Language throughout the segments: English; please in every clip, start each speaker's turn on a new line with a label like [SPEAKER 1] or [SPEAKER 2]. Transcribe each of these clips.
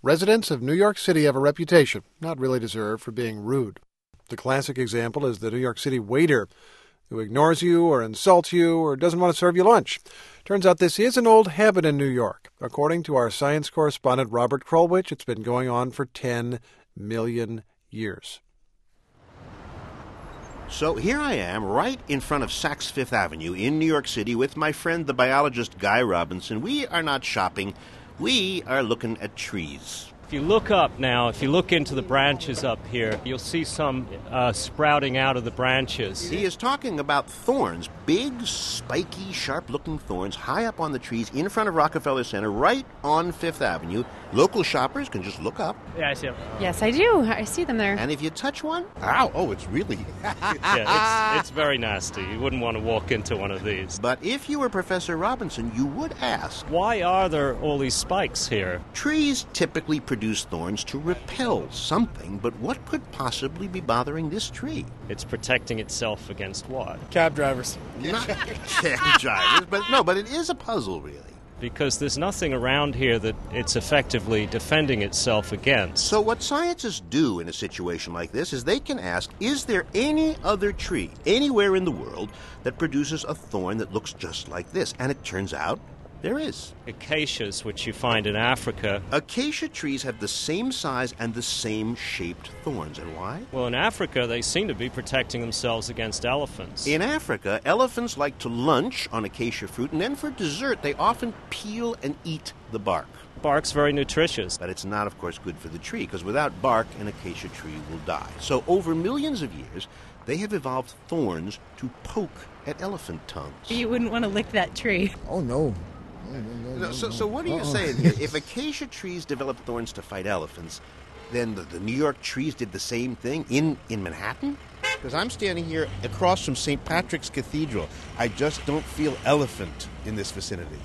[SPEAKER 1] Residents of New York City have a reputation, not really deserved, for being rude. The classic example is the New York City waiter who ignores you or insults you or doesn't want to serve you lunch. Turns out this is an old habit in New York. According to our science correspondent Robert Krolwich, it's been going on for 10 million years.
[SPEAKER 2] So here I am, right in front of Saks Fifth Avenue in New York City with my friend, the biologist Guy Robinson. We are not shopping, we are looking at trees.
[SPEAKER 3] If you look up now, if you look into the branches up here, you'll see some uh, sprouting out of the branches.
[SPEAKER 2] He is talking about thorns, big, spiky, sharp looking thorns high up on the trees in front of Rockefeller Center, right on Fifth Avenue. Local shoppers can just look up.
[SPEAKER 3] Yeah, I see them.
[SPEAKER 4] Yes, I do. I see them there.
[SPEAKER 2] And if you touch one, ow, oh, it's really.
[SPEAKER 3] Yeah, it's, it's very nasty. You wouldn't want to walk into one of these.
[SPEAKER 2] but if you were Professor Robinson, you would ask
[SPEAKER 3] Why are there all these spikes here?
[SPEAKER 2] Trees typically produce thorns to repel something, but what could possibly be bothering this tree?
[SPEAKER 3] It's protecting itself against what?
[SPEAKER 5] Cab drivers.
[SPEAKER 2] Not cab drivers, but no, but it is a puzzle, really.
[SPEAKER 3] Because there's nothing around here that it's effectively defending itself against.
[SPEAKER 2] So, what scientists do in a situation like this is they can ask Is there any other tree anywhere in the world that produces a thorn that looks just like this? And it turns out there is.
[SPEAKER 3] Acacias, which you find in Africa,
[SPEAKER 2] Acacia trees have the same size and the same shaped thorns. And why?
[SPEAKER 3] well, in Africa, they seem to be protecting themselves against elephants.
[SPEAKER 2] In Africa, elephants like to lunch on acacia fruit, and then for dessert, they often peel and eat the bark.
[SPEAKER 3] Bark's very nutritious.
[SPEAKER 2] But it's not, of course, good for the tree, because without bark, an acacia tree will die. So, over millions of years, they have evolved thorns to poke at elephant tongues.
[SPEAKER 4] You wouldn't want to lick that tree.
[SPEAKER 6] Oh no. No,
[SPEAKER 2] No, so, so, what are
[SPEAKER 7] uh-uh.
[SPEAKER 2] you saying here? If acacia trees develop thorns to fight elephants, then the, the New York trees did the same thing in, in Manhattan?
[SPEAKER 7] Because I'm standing here across from St. Patrick's Cathedral. I just don't feel elephant in this vicinity.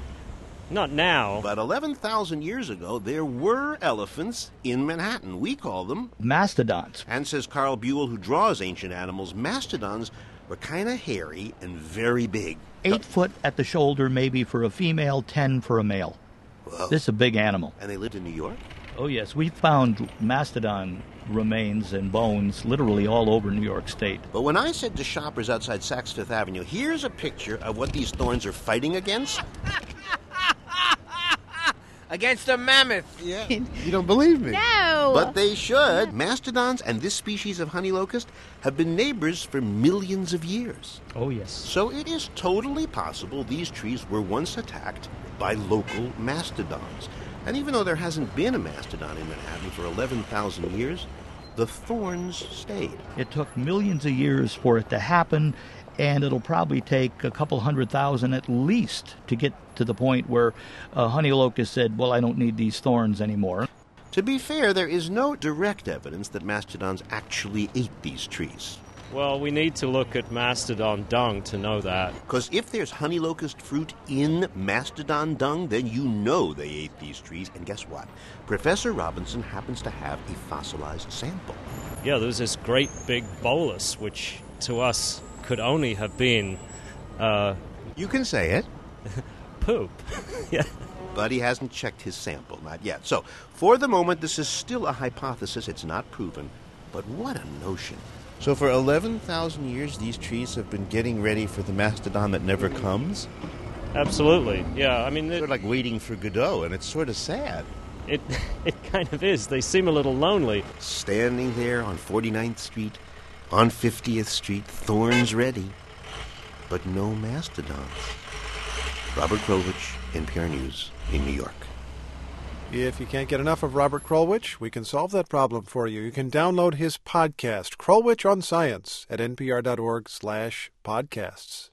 [SPEAKER 3] Not now.
[SPEAKER 2] About 11,000 years ago, there were elephants in Manhattan. We call them
[SPEAKER 6] Mastodons.
[SPEAKER 2] And says Carl Buell, who draws ancient animals, mastodons were kind of hairy and very big.
[SPEAKER 6] Eight foot at the shoulder, maybe for a female, ten for a male.
[SPEAKER 2] Whoa.
[SPEAKER 6] This is a big animal.
[SPEAKER 2] And they lived in New York?
[SPEAKER 6] Oh, yes, we found mastodon remains and bones literally all over New York State.
[SPEAKER 2] But when I said to shoppers outside Saks Fifth Avenue, here's a picture of what these thorns are fighting against,
[SPEAKER 8] Against a mammoth.
[SPEAKER 7] You don't believe me?
[SPEAKER 4] No.
[SPEAKER 2] but they should. Mastodons and this species of honey locust have been neighbors for millions of years.
[SPEAKER 6] Oh, yes.
[SPEAKER 2] So it is totally possible these trees were once attacked by local mastodons. And even though there hasn't been a mastodon in Manhattan for 11,000 years, the thorns stayed.
[SPEAKER 6] It took millions of years for it to happen, and it'll probably take a couple hundred thousand at least to get to the point where uh, honey locust said, Well, I don't need these thorns anymore.
[SPEAKER 2] To be fair, there is no direct evidence that mastodons actually ate these trees.
[SPEAKER 3] Well, we need to look at mastodon dung to know that.
[SPEAKER 2] Because if there's honey locust fruit in mastodon dung, then you know they ate these trees. And guess what? Professor Robinson happens to have a fossilized sample.
[SPEAKER 3] Yeah, there's this great big bolus, which to us could only have been uh,
[SPEAKER 2] You can say it.
[SPEAKER 3] poop. yeah.
[SPEAKER 2] But he hasn't checked his sample, not yet. So, for the moment, this is still a hypothesis. It's not proven. But what a notion.
[SPEAKER 7] So for 11,000 years, these trees have been getting ready for the mastodon that never comes?
[SPEAKER 3] Absolutely. Yeah, I mean,
[SPEAKER 7] They're
[SPEAKER 3] it,
[SPEAKER 7] like waiting for Godot, and it's sort of sad.
[SPEAKER 3] it, it kind of is. They seem a little lonely.
[SPEAKER 2] Standing there on 49th Street, on 50th Street, thorns ready, but no mastodons. Robert Krovich, NPR News, in New York.
[SPEAKER 1] If you can't get enough of Robert Krolwich, we can solve that problem for you. You can download his podcast, Krolwich on Science, at npr.org slash podcasts.